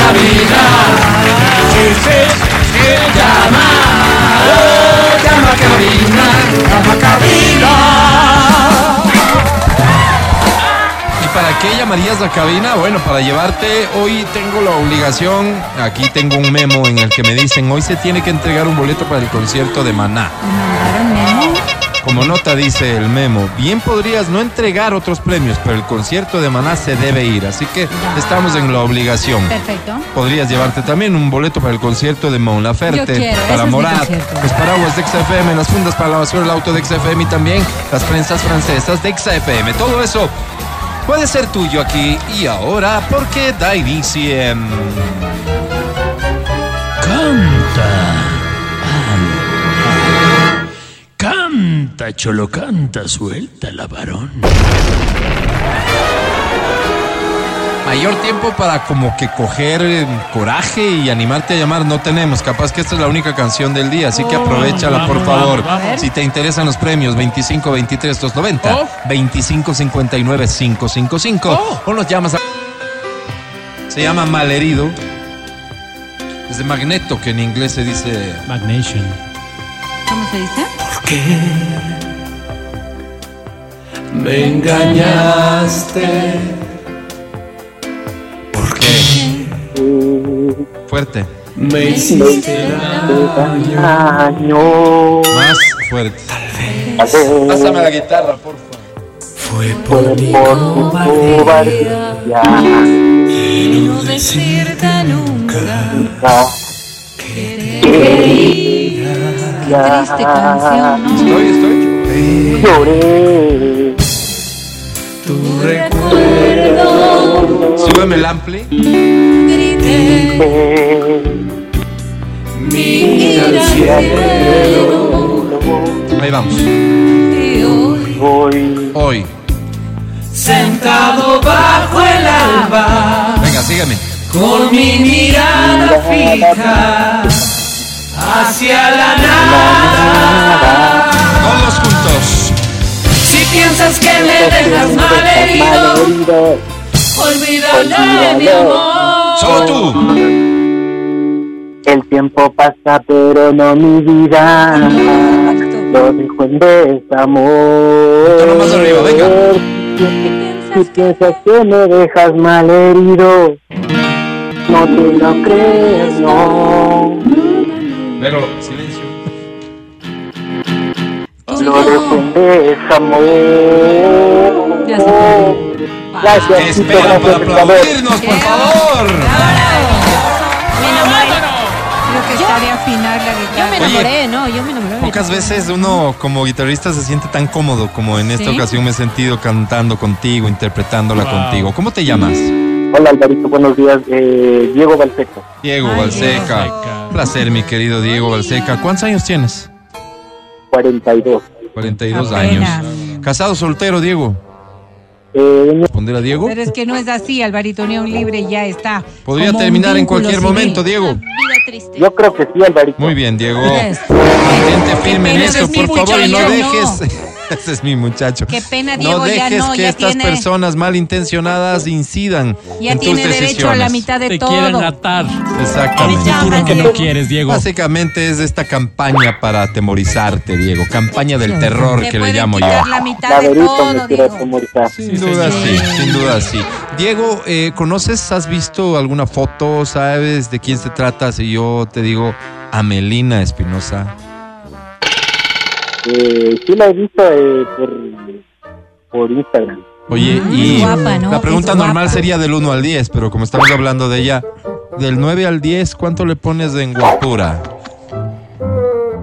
cabina. Llama, oh, llama cabina, llama cabina. ¿Y para qué llamarías la cabina? Bueno, para llevarte, hoy tengo la obligación, aquí tengo un memo en el que me dicen, hoy se tiene que entregar un boleto para el concierto de Maná. ¿Mandaron memo? Como nota dice el memo, bien podrías no entregar otros premios, pero el concierto de Maná se debe ir, así que estamos en la obligación. Perfecto. Podrías llevarte también un boleto para el concierto de Mon Laferte, Yo quiero, ese para es mi Morat, concierto. los paraguas de XFM, las fundas para la basura, el auto de XFM y también las prensas francesas de XFM. Todo eso puede ser tuyo aquí y ahora porque da inicio. en Canta, cholo, canta, suelta la varón. Mayor tiempo para como que coger eh, coraje y animarte a llamar no tenemos. Capaz que esta es la única canción del día, así que aprovechala por vamos, favor. vamos, vamos. Si te interesan los premios 25 23 290, Oh. 25 59 555 Oh. o nos llamas a... Se llama Malherido. Es de Magneto, que en inglés se dice Magnation. ¿Cómo se dice? Me engañaste. ¿Por qué? Fuerte, Me hiciste daño. más fuerte. Pásame la guitarra, por favor. Fue por mi Cobardía, y no decirte nunca. Triste canción, ¿no? Estoy, estoy. lloré, Tu recuerdo Súbeme el ampli. mira al cielo. Ahí vamos. hoy Hoy. Sentado bajo el alba, Venga, sígueme. con mi mirada fija hacia la nada. Todos juntos. Si piensas que me dejas mal herido, malherido, olvídalo, mi amor. Solo tú. el tiempo pasa pero no mi vida, lo dejo en Tono desamor. más arriba, venga. Si piensas que me dejas mal herido, no te lo crees, no. Pero, silencio. Lo defendes, amor. Ya se fue. ¿Qué Gracias, Tito, esperan para gracias, por favor. aplaudirnos, por favor? Creo que está de afinar la guitarra. Oye. enamoré, no, yo me enamoré. Pocas veces uno como guitarrista se siente tan cómodo como en esta ¿Sí? ocasión me he sentido cantando contigo, interpretándola contigo. ¿Cómo te llamas? Hola, Alvarito, buenos días. Eh, Diego Balseco, Diego Balseca. Un placer, mi querido Diego Balseca. ¿Cuántos años tienes? 42. 42 Apenas. años. ¿Casado, soltero, Diego? Eh, ¿Responder a Diego? Pero es que no es así, Alvarito, ni un libre ya está. Podría como un terminar en vínculo Ah. cualquier civil. momento, Diego. yo creo que sí, Alvarito. Muy bien, Diego. Yes. Mantente firme en pena, eso, ese es mi por favor, y no muchacho, dejes. Ese es mi muchacho. Qué pena, No Diego, ya dejes no, que ya estas tiene- personas malintencionadas incidan Ya en tus tiene decisiones. derecho a la mitad de Te quieren todo. atar a un Exactamente. futuro que no Diego. quieres, Diego. Básicamente es esta campaña para atemorizarte, Diego. Campaña del terror Te que le pueden llamo yo. quitar la mitad de Laberito todo, me quiero Diego. comunicar. Sin duda sí, señor. sin duda sí. Diego, eh, ¿conoces, has visto alguna foto, sabes de quién se trata? Si yo te digo Amelina Espinosa. Eh, sí la he visto eh, por, por Instagram. Oye, Ah, y es guapa, ¿no? la pregunta Es guapa. normal sería del 1 al 10, pero como estamos hablando de ella, del 9 al 10, ¿cuánto le pones en guapura?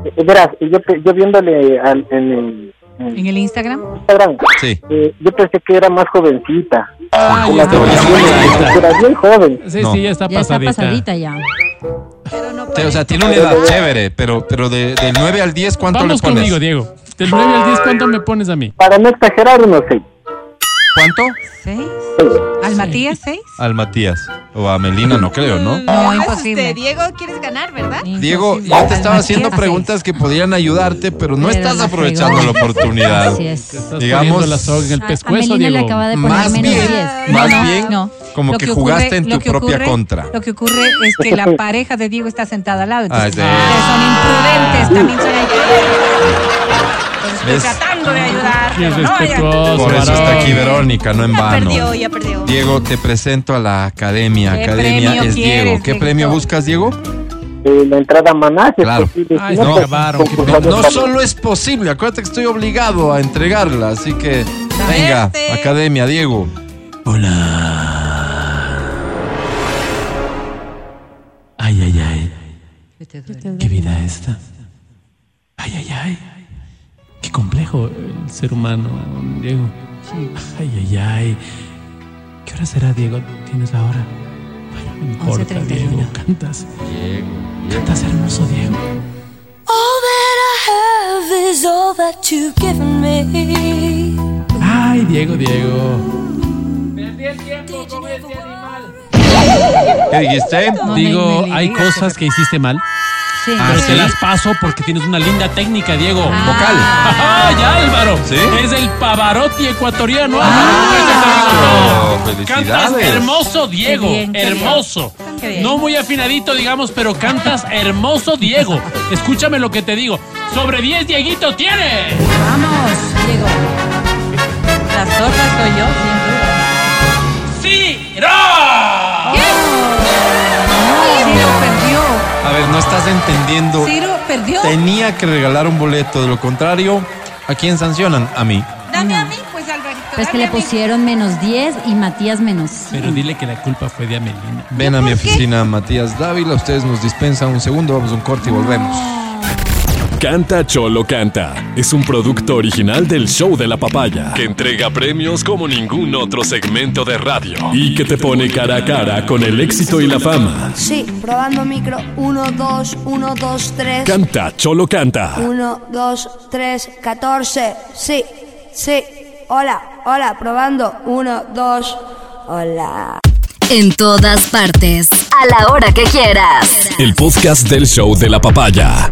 Eh, verás, yo, pe- yo viéndole al- en el en En el Instagram. Instagram, Sí. eh, yo pensé que era más jovencita. Ah, La que que era bien joven. Sí, No. sí, ya está Ya está pasadita. pasadita ya. Te- O sea, pues, tiene una edad chévere, pero, pero de- del 9 al 10, ¿cuánto Vamos le pones? conmigo, Diego. Del 9 al 10, ¿cuánto me pones a mí? Para no exagerar, unos seis. ¿Cuánto? ¿Seis? seis. ¿Al Matías seis? Al Matías. O a Melina, no creo, ¿no? No, imposible. Diego, quieres ganar, ¿verdad? Diego, Imposible. yo te estaba Al haciendo Matías preguntas que podían ayudarte, pero no Pero estás la fregó. aprovechando la oportunidad. Así es. Estás Digamos- poniendo la soga en el A- pescuezo, a Melina Diego. le acaba de poner Más menos bien, 10. más no, bien, No, Como lo que jugaste en lo tu que propia ocurre- contra. Lo que ocurre es que la pareja de Diego está sentada al lado. Entonces, Ah, sí. ustedes son imprudentes, también son ayudantes. Entonces, ¿Ves? estoy tratando de ayudar. Qué pero no, respetuoso, Por eso está varón. aquí Verónica, no en Ya vano. perdió, ya perdió. Diego, te presento a la academia. ¿Qué Academia premio es Diego. quieres, ¿Qué Dieguito? premio buscas, Diego? Eh, la entrada a Maná, si Claro. es posible. Ay, Si no, pues, acabaron, qué No, concursar no otra- solo es posible, acuérdate que estoy obligado a entregarla, así que venga, Suerte. academia, Diego. Ay, ay, ay. ¿Qué vida esta? Ay, ay, ay. Qué complejo el ser humano, Diego. Ay, ay, ay. ¿Qué hora será, Diego? ¿Tienes la hora? Ay, no importa, 11:31. Diego. Cantas. Cantas hermoso, Diego. All that I have is all that you've given me. Ay, Diego, Diego. ¿Qué dijiste? Digo, me hay digas, cosas que hiciste mal, Sí. Ah, pero ¿sí? te las paso porque tienes una linda técnica, Diego. Vocal. ¡Ay, Álvaro! ¿Sí? Es el Pavarotti ecuatoriano. Ah, Álvaro, ¿qué te digo? felicidades. Cantas hermoso, Diego. Qué bien, qué hermoso. Qué bien. No muy afinadito, digamos, pero cantas hermoso, Diego. Escúchame lo que te digo. Sobre 10, Dieguito, tiene. Vamos, Diego. Las tortas soy yo, sin duda. Ah. ¡Ciro! Ciro perdió. A ver, no estás entendiendo. Ciro perdió. Tenía que regalar un boleto, de lo contrario, ¿a quién sancionan? A mí. Dame a mí, pues Alvarito. Pues que dame le a mí. pusieron menos 10 y Matías menos 5. Pero dile que la culpa fue de Amelina. Ven a mi oficina, Matías Dávila. Ustedes nos dispensan un segundo, vamos a un corte y volvemos. Canta Cholo Canta es un producto original del show de la papaya que entrega premios como ningún otro segmento de radio y que te pone cara a cara con el éxito y la fama. Sí, probando micro. 1, 2, 1, 2, 3. Canta Cholo Canta. 1, 2, 3, 14. Sí, sí. Hola, hola, probando. 1, 2, hola. En todas partes, a la hora que quieras. El podcast del show de la papaya.